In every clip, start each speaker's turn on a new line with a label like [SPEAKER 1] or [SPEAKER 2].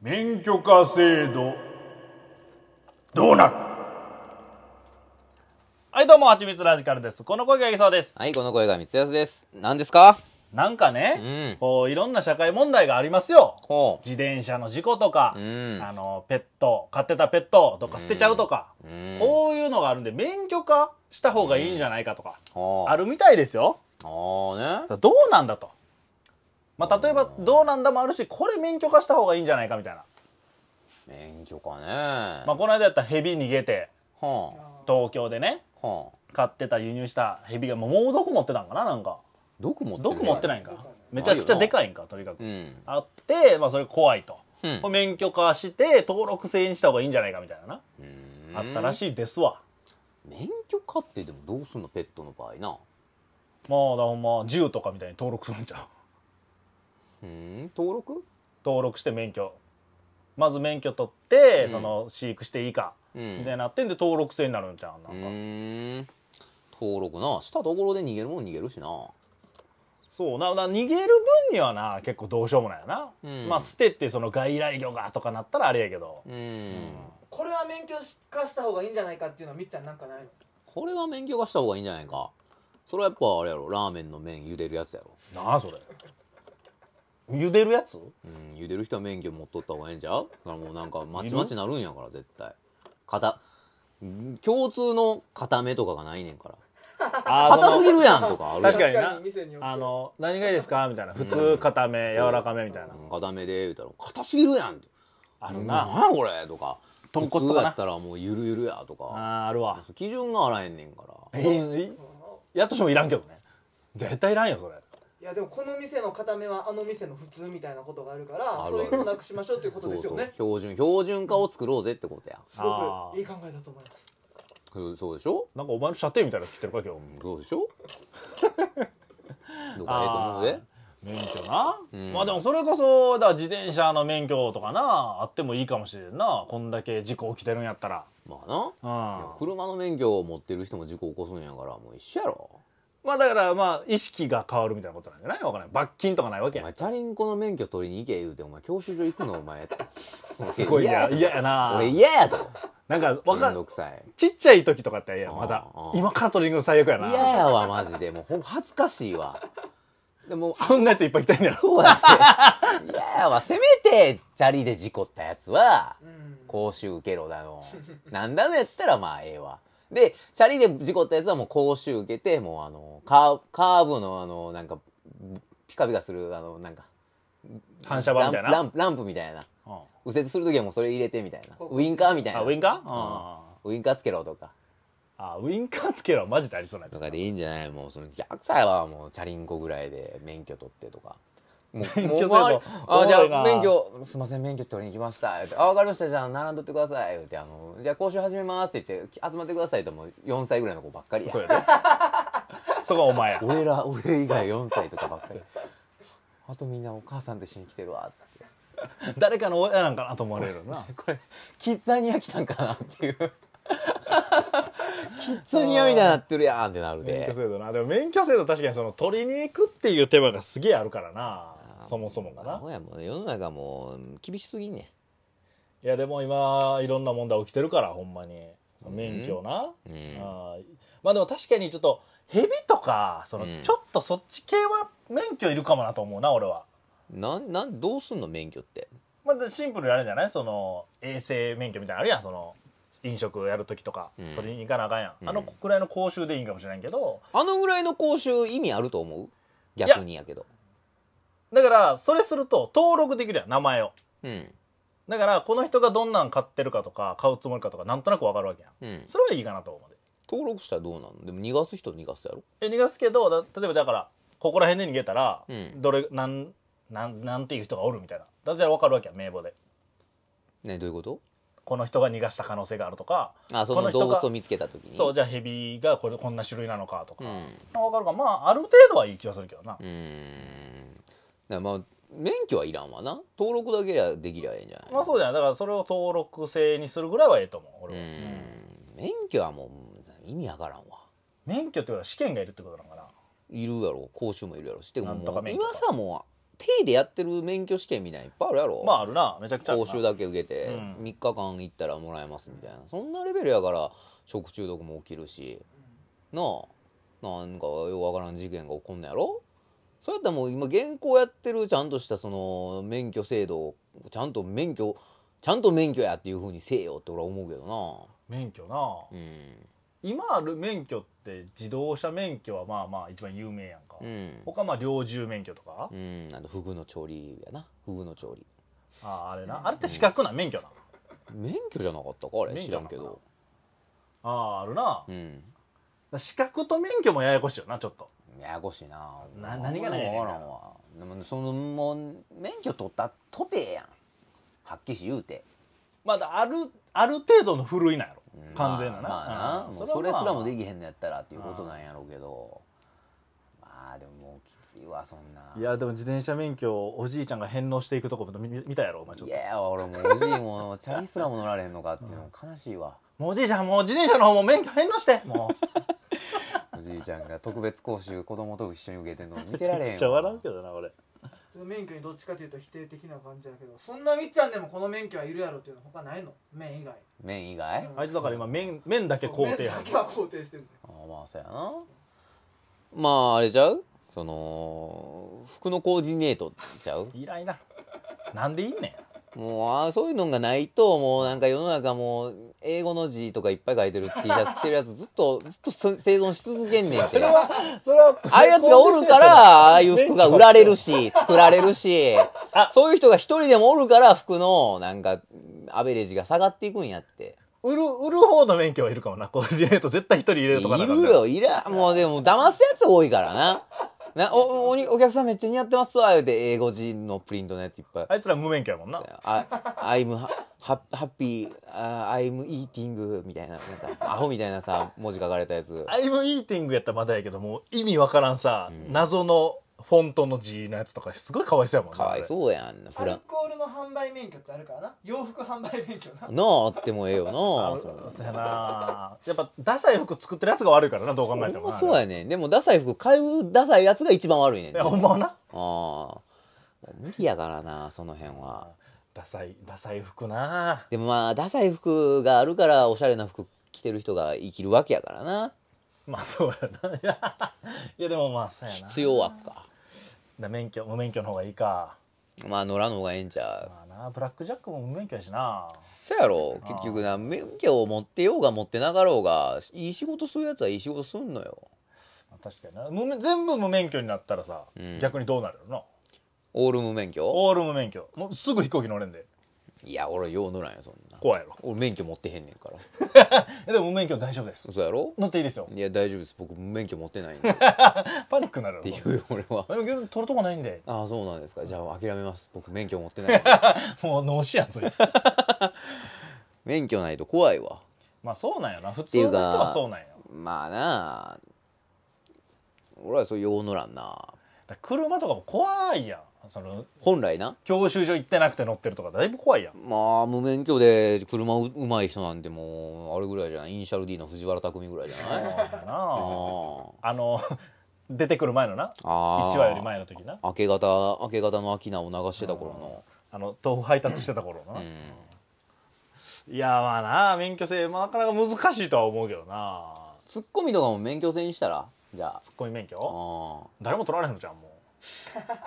[SPEAKER 1] 免許化制度どうなるはいどうもはちみつラジカルですこの声がいそうです
[SPEAKER 2] はい、この声が三つ安です。何ですか
[SPEAKER 1] なんかね、
[SPEAKER 2] うん
[SPEAKER 1] こういろんな社会問題がありますよ
[SPEAKER 2] ほ
[SPEAKER 1] 自転車の事故とか、
[SPEAKER 2] うん
[SPEAKER 1] あのペット飼ってたペットとか捨てちゃうとか、
[SPEAKER 2] う。うん。
[SPEAKER 1] こういうのがあるんで免許化した方がいいんじゃないかとか、
[SPEAKER 2] ほう。
[SPEAKER 1] あ
[SPEAKER 2] る。
[SPEAKER 1] るみたいですよ
[SPEAKER 2] ほうね。
[SPEAKER 1] どうなんだと、まあ、例えばどうなんだもあるしこれ免許化した方がいいんじゃないかみたいな、
[SPEAKER 2] 免許かね。
[SPEAKER 1] まあ、この間やったらヘビ逃げて
[SPEAKER 2] ほう。
[SPEAKER 1] 東京でね
[SPEAKER 2] ほ
[SPEAKER 1] 買ってた輸入したヘビがもうもう毒持ってたんかななんか
[SPEAKER 2] う。毒持ってる
[SPEAKER 1] 毒持って
[SPEAKER 2] い。
[SPEAKER 1] ないんかめちゃくちゃでかいんかとにかく、
[SPEAKER 2] うん。
[SPEAKER 1] あって、まあ、それ怖いと、
[SPEAKER 2] うん
[SPEAKER 1] これ免許化して登録制にした方がいいんじゃないかみたいなな、あったら
[SPEAKER 2] い。
[SPEAKER 1] しいですわ
[SPEAKER 2] 免許かってでもどうすんのペットの場合な。
[SPEAKER 1] もうだからほんま銃とかみたいに登録するんちゃう
[SPEAKER 2] うん。登録
[SPEAKER 1] 登録して免許まず免許取って、
[SPEAKER 2] うん
[SPEAKER 1] その飼育していいか
[SPEAKER 2] うん
[SPEAKER 1] みたいになってんで登録制になるんちゃうな
[SPEAKER 2] うん
[SPEAKER 1] か、
[SPEAKER 2] ん。登録な。したところで逃げるもん逃げるしな。
[SPEAKER 1] そうなな逃げる分にはな結構どうしようもないよな、
[SPEAKER 2] うん
[SPEAKER 1] まあ捨ててその外来魚がとかなったらあれやけど、
[SPEAKER 2] うん。
[SPEAKER 3] これは免許化した方がいいんじゃないかっていうのはみっちゃんなんかないの
[SPEAKER 2] これは免許化した方がいいんじゃないか。それはやっぱあれやろ。ラーメンの麺茹でるやつやろ。
[SPEAKER 1] なあそれ茹でるや つ
[SPEAKER 2] うん、茹でる人は免許持っとった方がええんちゃうだからもうなんかまちまちなるんやから絶対片うん共通の固めとかがないねんから
[SPEAKER 1] あ
[SPEAKER 2] 硬すぎるやんとかあるやん
[SPEAKER 1] 確かにな
[SPEAKER 3] 店によって
[SPEAKER 1] あの何がいいですかみたいな普通硬め柔らかめみたいな
[SPEAKER 2] うん固めで言うたら硬すぎるやんって
[SPEAKER 1] ある
[SPEAKER 2] な
[SPEAKER 1] なん
[SPEAKER 2] やこれとか
[SPEAKER 1] 豚骨とかな
[SPEAKER 2] 普通やったらもうゆるゆるやと
[SPEAKER 1] あ
[SPEAKER 2] か
[SPEAKER 1] ーあるわ
[SPEAKER 2] 基準があらへんねんから
[SPEAKER 1] えーやっとしてもいらんけどね絶対いらんよそれ
[SPEAKER 3] いやでもこの店の固めはあの店の普通みたいなことがあるから
[SPEAKER 2] あるあ
[SPEAKER 3] そう
[SPEAKER 2] る
[SPEAKER 3] いうのをなくしましょうっていうことですよね
[SPEAKER 2] 標準標準化を作ろうぜってことや
[SPEAKER 3] す
[SPEAKER 1] あ
[SPEAKER 3] ご
[SPEAKER 1] ー
[SPEAKER 3] くいい考えだと思います
[SPEAKER 2] そうそうでしょ
[SPEAKER 1] なんかお前の射程みたいなの着てるか今日
[SPEAKER 2] うんそうでしょどうかええと思
[SPEAKER 1] あ
[SPEAKER 2] うで
[SPEAKER 1] ー免許な、
[SPEAKER 2] うん
[SPEAKER 1] まあでもそれこそだから自転車の免許とかなあってもいいかもしれんなこんだけ事故起きてるんやったら
[SPEAKER 2] まあな
[SPEAKER 1] うん
[SPEAKER 2] いや車の免許を持ってる人も事故起こすんやからもう一緒やろ
[SPEAKER 1] まあだからまあ意識が変わるみたいなことなんじゃないわからない罰金とかないわけ
[SPEAKER 2] お
[SPEAKER 1] や
[SPEAKER 2] 前チャリンコの免許取りに行け言うてお前教習所行くのお前
[SPEAKER 1] すごい嫌
[SPEAKER 2] や
[SPEAKER 1] 嫌やな
[SPEAKER 2] 俺嫌やと
[SPEAKER 1] なんかわ
[SPEAKER 2] 面
[SPEAKER 1] か
[SPEAKER 2] 倒
[SPEAKER 1] ん
[SPEAKER 2] くさい
[SPEAKER 1] ちっちゃい時とかって嫌やまだ
[SPEAKER 2] あー
[SPEAKER 1] 今からトリングの最悪や
[SPEAKER 2] 嫌
[SPEAKER 1] な
[SPEAKER 2] やわマジでもうほんま恥ずかしいわでもあ
[SPEAKER 1] そんなやついっぱい来たいんやろ
[SPEAKER 2] そうや って嫌やわせめてチャリで事故ったやつは
[SPEAKER 3] うん
[SPEAKER 2] 講習受けろだのなんだのやったらまあええわでチャリで事故ったやつはもう講習受けてもうあのカーカーブのあのなんかピカピカするあのなんか
[SPEAKER 1] 反射板みたいな
[SPEAKER 2] ランプランプランプみたいな
[SPEAKER 1] うん
[SPEAKER 2] 右折するときはもうそれ入れてみたいな
[SPEAKER 3] ここ
[SPEAKER 2] ウインカーみたいな
[SPEAKER 1] あウインカーあ
[SPEAKER 2] うんウインカーつけろとか
[SPEAKER 1] あウインカーつけろマジでありそうなやつ
[SPEAKER 2] とかでいいんじゃないもうその逆さえはもうチャリンコぐらいで免許取ってとかもう
[SPEAKER 1] 免許制度お
[SPEAKER 2] もう周り
[SPEAKER 1] もろいな
[SPEAKER 2] あじゃあ免許すいません免許取りに来ました言うてあ分かりましたじゃあ並んどってください言うてあのじゃあ講習始めますって言ってき集まってくださいともう4歳ぐらいの子ばっかりや
[SPEAKER 1] そうやでそこはお前や
[SPEAKER 2] 俺ら俺以外4歳とかばっかりあとみんなお母さんと一緒に来てるわっつって
[SPEAKER 1] 誰かの親なんかなと思われるよな
[SPEAKER 2] これキッザニア来たんかなっていう キッザニアみたいになってるやんってなる
[SPEAKER 1] 免許
[SPEAKER 2] で
[SPEAKER 1] 制度なでも免許制度確かにその取りに行くっていう手間がすげえあるからなそもそもがな
[SPEAKER 2] ほやもう世の中もう厳しすぎんねん
[SPEAKER 1] いやでも今いろんな問題起きてるからほんまに
[SPEAKER 2] うん
[SPEAKER 1] 免許な、
[SPEAKER 2] うん
[SPEAKER 1] あーまあでも確かにちょっとヘビとかその
[SPEAKER 2] うん
[SPEAKER 1] ちょっとそっち系は免許いるかもなと思うな俺は、
[SPEAKER 2] なんなんどうすんの免許って
[SPEAKER 1] まあ、でシンプルにあれじゃないその衛生免許みたいなのあるやんその飲食やる時とか
[SPEAKER 2] うん
[SPEAKER 1] 取りに行かなあかんやん、
[SPEAKER 2] うん
[SPEAKER 1] あのくらいの講習でいいんかもしれないけど
[SPEAKER 2] あのぐらいの講習意味あると思う逆にやけど
[SPEAKER 1] だからそれすると登録できるやん名前を
[SPEAKER 2] うん
[SPEAKER 1] だからこの人がどんなん買ってるかとか買うつもりかとかなんとなく分かるわけやん
[SPEAKER 2] うん
[SPEAKER 1] それはいいかなと思うで
[SPEAKER 2] 登録したらどうなのでも逃がす人逃がすやろ
[SPEAKER 1] え逃がすけどだ例えばだからここら辺で逃げたら、
[SPEAKER 2] うん
[SPEAKER 1] どれなんなんなんていう人がおるみたいなだったら分かるわけや名簿で
[SPEAKER 2] ねどういうこと
[SPEAKER 1] この人が逃がした可能性があるとか
[SPEAKER 2] あそ
[SPEAKER 1] この
[SPEAKER 2] の
[SPEAKER 1] 人が
[SPEAKER 2] 動物を見つけた時に
[SPEAKER 1] そうじゃあヘビがこれこんな種類なのかとか、
[SPEAKER 2] うん
[SPEAKER 1] 分かるからまあある程度はいい気がするけどな、
[SPEAKER 2] うーんだからまあ免許はいらんわな登録だけりゃできりゃええんじゃない
[SPEAKER 1] まあそうじゃないだからそれを登録制にするぐらいはええと思う
[SPEAKER 2] う
[SPEAKER 1] 俺は、
[SPEAKER 2] ん免許はもう意味わからんわ
[SPEAKER 1] 免許ってことは試験がいるってことなのかない
[SPEAKER 2] るやろ講習もいるやろして
[SPEAKER 1] なん
[SPEAKER 2] も
[SPEAKER 1] とか
[SPEAKER 2] う
[SPEAKER 1] 免許
[SPEAKER 2] 今
[SPEAKER 1] か
[SPEAKER 2] さもう手でやってる免許試験みたいないっぱいあるやろ
[SPEAKER 1] まああるなめちゃくちゃある
[SPEAKER 2] 講
[SPEAKER 1] な
[SPEAKER 2] 習だけ受けて
[SPEAKER 1] うん
[SPEAKER 2] 3日間行ったらもらえますみたいなそんなレベルやから食中毒も起きるしなあなんかようわからん事件が起こんのやろそうやったらもう今現行やってるちゃんとしたその免許制度をちゃんと免許ちゃんと免許やっていうふうにせえよって俺は思うけど
[SPEAKER 1] 免許な
[SPEAKER 2] なうん
[SPEAKER 1] 今ある免許って自動車免許はまあまあ一番有名やんか、
[SPEAKER 2] うん
[SPEAKER 1] 他まあ猟銃免許とか、
[SPEAKER 2] うんあとフグの調理やなフグの調理
[SPEAKER 1] あああれなあれって資格な免許な
[SPEAKER 2] 免許じゃなかったかあれ
[SPEAKER 1] 免許
[SPEAKER 2] 知らんけど
[SPEAKER 1] あああるな
[SPEAKER 2] うん
[SPEAKER 1] 資格と免許もややこしいよなちょっと
[SPEAKER 2] ややこしいな
[SPEAKER 1] な何がなんやねん
[SPEAKER 2] わからんわでもそのもう免許取ったとてやんはっきり言うて
[SPEAKER 1] まだあるある程度のふるいなんやろ、
[SPEAKER 2] うん
[SPEAKER 1] 完全なな,うん、
[SPEAKER 2] まあまあなもうそ
[SPEAKER 1] はま
[SPEAKER 2] れ
[SPEAKER 1] あ
[SPEAKER 2] すらもできへんのやったらっていうことなんやろうけどまあでももうきついわそんない
[SPEAKER 1] やでも自転車免許をおじいちゃんが返納していくとこ見見見たやろお前ちょっ
[SPEAKER 2] い
[SPEAKER 1] と
[SPEAKER 2] や俺もうおじいもチャリすらも乗られへんのかっていうのも悲しいわ
[SPEAKER 1] もうおじいちゃんもう自転車の方も免許返納しても
[SPEAKER 2] おじいちゃんが特別講習子供と一緒に受けてんの 見
[SPEAKER 1] う
[SPEAKER 2] てられへん
[SPEAKER 1] めっちゃ笑うけどな俺
[SPEAKER 3] ちょっと免許にどっちかというと否定的な感じだけどそんなみっちゃんでもこの免許はいるやろっていうの他ないの免以外
[SPEAKER 2] 免以外、
[SPEAKER 3] うん
[SPEAKER 1] あいつだから今免免だけ肯定
[SPEAKER 3] そう免
[SPEAKER 1] 派
[SPEAKER 3] だけは肯定してる
[SPEAKER 2] あーまあそうやなまああれちゃうその服のコーディネートちゃう
[SPEAKER 1] いらいななんでいいねん
[SPEAKER 2] もうああそういうのがないともうなんか世の中もう英語の字とかいっぱい書いてる T シャツ着てるやつずっとずっとそ生存し続けんねんてあ
[SPEAKER 1] それは
[SPEAKER 2] あいうやつがおるからああいう服が売られ るし作られるし
[SPEAKER 1] あ
[SPEAKER 2] そういう人が一人でもおるから服のなんかアベレージが下がっていくんやって
[SPEAKER 1] 売る売る方の免許はいるかもなコーディネート絶対一人入れるとか
[SPEAKER 2] い
[SPEAKER 1] な
[SPEAKER 2] るよ、いら、もうでも、騙すやつ多いからな。な、お、おに、お客さんめっちゃ似合ってますわ、言うて、英語字のプリントのやついっぱい。
[SPEAKER 1] あいつら無免許やもんな
[SPEAKER 2] あ、I'm ha- ha- happy, uh, I'm eating, みたいな、なんか、アホみたいなさ、文字書かれたやつ。
[SPEAKER 1] アイムイーティングやったらまだやけどもう意味わからんさ、謎のフォントの字のやつとかすごいかわいそうやもんな
[SPEAKER 2] かわいそうやんな、
[SPEAKER 3] ア
[SPEAKER 2] フラ
[SPEAKER 3] ル
[SPEAKER 2] ン。
[SPEAKER 3] コールの販売免許ってあるからな洋服販売免許な
[SPEAKER 2] なあ、あってもええよ
[SPEAKER 1] あ
[SPEAKER 2] な
[SPEAKER 1] れ
[SPEAKER 2] それ
[SPEAKER 1] そうやなやっぱダサい服作ってるやつが悪いからなどう考えて
[SPEAKER 2] ほん
[SPEAKER 1] も
[SPEAKER 2] ま
[SPEAKER 1] な
[SPEAKER 2] そうやねん。でも、ダサい服買う、ダサいやつが一番悪いね
[SPEAKER 1] い
[SPEAKER 2] ん。あ
[SPEAKER 1] やほんまはな
[SPEAKER 2] あ。もう無理やからな、その辺は。
[SPEAKER 1] ダサいダサい服な
[SPEAKER 2] でもまあダサい服があるからおしゃれな服着てる人が生きるわけやからな
[SPEAKER 1] まあそうやない やいやでもまあそうやな
[SPEAKER 2] 必要枠か
[SPEAKER 1] だ免許無免許の方がいいか
[SPEAKER 2] まあ野良の方がええんちゃ
[SPEAKER 1] まあなブラックジャックも無免許やしな
[SPEAKER 2] うそやろ結局な免許を持ってようが持ってなかろうがいい仕事するやつはいい仕事すんのよ
[SPEAKER 1] 確かにな無免全部無免許になったらさ、
[SPEAKER 2] うん
[SPEAKER 1] 逆にどうなるのな
[SPEAKER 2] オール無免許
[SPEAKER 1] オール無免許もうすぐ飛行機乗れんで
[SPEAKER 2] いや俺よう乗らんよそんな
[SPEAKER 1] 怖いやろ
[SPEAKER 2] 俺免許持ってへんねんから
[SPEAKER 1] えでも無免許大丈夫です
[SPEAKER 2] そうやろ
[SPEAKER 1] 乗っていいですよ
[SPEAKER 2] いや大丈夫です僕免許持ってないんでっ
[SPEAKER 1] パニックになる
[SPEAKER 2] て
[SPEAKER 1] で
[SPEAKER 2] い
[SPEAKER 1] も
[SPEAKER 2] う俺は
[SPEAKER 1] 取るとこないんで
[SPEAKER 2] ああそうなんですかじゃあ諦めます僕免許持ってない
[SPEAKER 1] もう脳死やんそいつ
[SPEAKER 2] 免許ないと怖いわ
[SPEAKER 1] まあそうなんやな普
[SPEAKER 2] てい
[SPEAKER 1] 通の
[SPEAKER 2] う
[SPEAKER 1] 人
[SPEAKER 2] か
[SPEAKER 1] はそうなんや
[SPEAKER 2] まあなあ俺はそうよう乗らんな
[SPEAKER 1] だから車とかも怖いやんその
[SPEAKER 2] 本来な
[SPEAKER 1] 教習所行ってなくて乗ってるとかだいぶ怖いやん
[SPEAKER 2] まあ無免許で車ううまい人なんてもうあれぐらいじゃないイニシャル D の藤原拓海ぐらいじゃない
[SPEAKER 1] そうや な
[SPEAKER 2] あ
[SPEAKER 1] あの出てくる前のな
[SPEAKER 2] あ
[SPEAKER 1] 1話より前の時な
[SPEAKER 2] 明け方明け方の秋菜を流してた頃の
[SPEAKER 1] あの豆腐配達してた頃のな、
[SPEAKER 2] うん
[SPEAKER 1] いやまあな免許制、まあ、なかなか難しいとは思うけどな
[SPEAKER 2] ツッコミとかも免許制にしたらじゃあ
[SPEAKER 1] ツッコミ免
[SPEAKER 2] あ
[SPEAKER 1] 許
[SPEAKER 2] ー
[SPEAKER 1] 誰も取られへんのじゃんも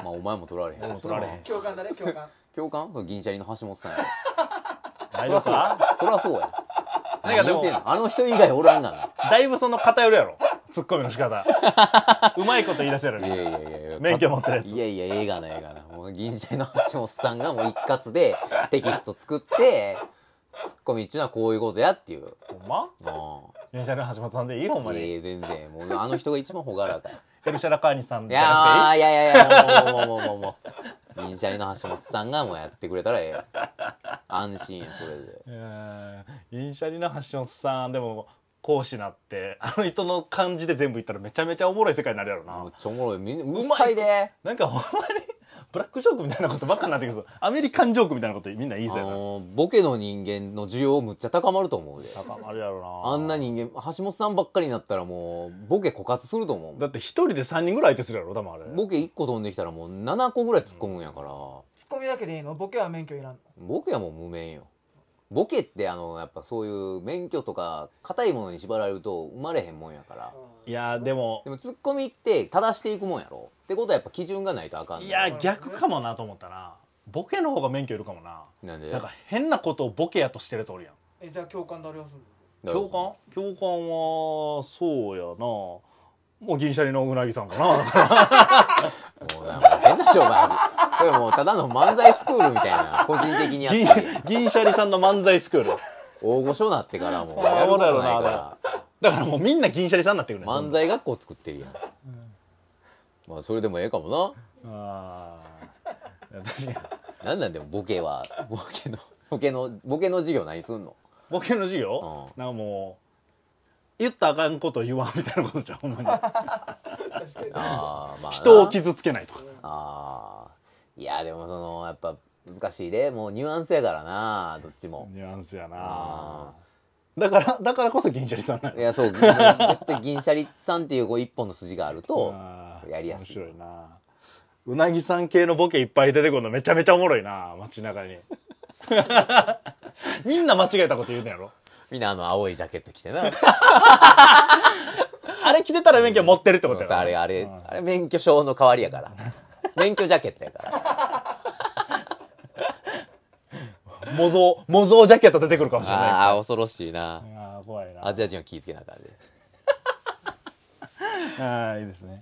[SPEAKER 2] まあお前も取られへん
[SPEAKER 1] 俺も取られへん
[SPEAKER 3] 共感だね 共感
[SPEAKER 2] 共感その銀シャリの橋本さんや
[SPEAKER 1] う大丈夫か
[SPEAKER 2] そりゃそうや
[SPEAKER 1] なんかでも
[SPEAKER 2] 何言うてんのあの人以外おらんがな
[SPEAKER 1] だいぶその偏るやろツッコミの仕方うまいこと言い出せる
[SPEAKER 2] いやいやいやいや
[SPEAKER 1] 免許持ってるやつ
[SPEAKER 2] いやいや映画な映画なもう銀シャリの橋本さんがもう一 括でテキスト作ってツッコミっちゅうのはこういうことやっていう
[SPEAKER 1] ほんま
[SPEAKER 2] う
[SPEAKER 1] 電車の橋本さんでいいほんま
[SPEAKER 2] んいやい
[SPEAKER 1] に
[SPEAKER 2] や全然もうあの人が一番朗ら かい
[SPEAKER 1] エルシャラカーニさん
[SPEAKER 2] い
[SPEAKER 1] じゃな
[SPEAKER 2] やーいやいやいやもうもうもうもうもうもう銀シャリの橋本さんがもうやってくれたらええよ安心やそれで
[SPEAKER 1] くていいうん銀シャリの橋本さんでも講師なってあの人の感じで全部言ったらめちゃめちゃおもろい世界になるやろ
[SPEAKER 2] も
[SPEAKER 1] な
[SPEAKER 2] うちょおもろいみんなうるさいで
[SPEAKER 1] なんかほんまにブラックジョークみたいなことばっかになってくるぞアメリカンジョークみたいなことみんな言い
[SPEAKER 2] あ
[SPEAKER 1] そうやな
[SPEAKER 2] のボケの人間の需要むっちゃ高まると思うで
[SPEAKER 1] 高まるやろな
[SPEAKER 2] あんな人間橋本さんばっかりになったらもうボケ枯渇すると思
[SPEAKER 1] だって一人で3人ぐらい相手するやろ多分あれ
[SPEAKER 2] うボケ1個飛んできたらもう7個ぐらい突っ込むんやから
[SPEAKER 3] ツッコミだけでいいのボケは免許いらんの
[SPEAKER 2] ボケはもう無免よボケってあのやっぱそういう免許とか硬いものに縛られると生まれへんもんやから
[SPEAKER 1] いやーでも
[SPEAKER 2] でもツッコミって正していくもんやろってことはやっぱ基準がないとあかんねん
[SPEAKER 1] いやー逆かもなと思ったなボケの方が免許いるかもな
[SPEAKER 2] なんで
[SPEAKER 1] なんか変なことをボケやとしてるやつおるやん
[SPEAKER 3] えじゃあ共感誰を するの
[SPEAKER 1] 共感共感はそうやなもう銀シャリのうなぎさんかな
[SPEAKER 2] もうなんか変な商売始めこれもうただの漫才スクールみたいな個人的にやっ
[SPEAKER 1] 銀
[SPEAKER 2] て
[SPEAKER 1] 銀シャリさんの漫才スクール
[SPEAKER 2] 大御所になってからもうやることないか
[SPEAKER 1] だからもうみんな銀シャリさんになってくる
[SPEAKER 2] ら
[SPEAKER 1] ね
[SPEAKER 2] 漫才学校作ってるやんまあそれでもええかも
[SPEAKER 1] あーいや確かに
[SPEAKER 2] ななんなんでもボ ケはボケのボケのボケの授業何すんの
[SPEAKER 1] ボケの授業、なんかもう言ったらあかんことを言わんみたいなことじゃんほんまに
[SPEAKER 3] 確かに
[SPEAKER 2] あーまあな
[SPEAKER 1] 人を傷つけないとか
[SPEAKER 2] ああいやでもそのやっぱ難しいでもうニュアンスやからなどっちも
[SPEAKER 1] ニュアンスやな
[SPEAKER 2] あ
[SPEAKER 1] だからだからこそ銀シャリさんなん
[SPEAKER 2] い
[SPEAKER 1] や
[SPEAKER 2] やそう絶対銀シャリさんっていうこう一本の筋があると
[SPEAKER 1] あー
[SPEAKER 2] やりやすい
[SPEAKER 1] 面白いなうなぎさん系のボケいっぱい出てくるのめちゃめちゃおもろいな街中に みんな間違えたこと言うのやろ
[SPEAKER 2] みんなあの青いジャケット着てな
[SPEAKER 1] あれ着てたら免許持ってるってことやろ
[SPEAKER 2] あれあれ
[SPEAKER 1] うん
[SPEAKER 2] あれ免許証の代わりやから 免許ジャケットやから
[SPEAKER 1] 模造模造ジャケット出てくるかもしれないあ
[SPEAKER 2] ああ恐ろしいな
[SPEAKER 1] あー怖いな
[SPEAKER 2] アジア人は気ぃつけなあかんで
[SPEAKER 1] ああいいですね。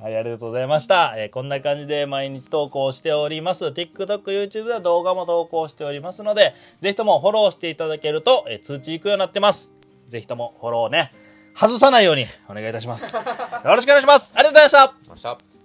[SPEAKER 1] はい、ありがとうございました、えーこんな感じで毎日投稿しております。TikTok、YouTube では動画も投稿しておりますので、ぜひともフォローしていただけると、えー通知いくようになってます。ぜひともフォローね、外さないようにお願いいたします。よろしくお願いします。ありがとうございました。
[SPEAKER 2] よっしゃ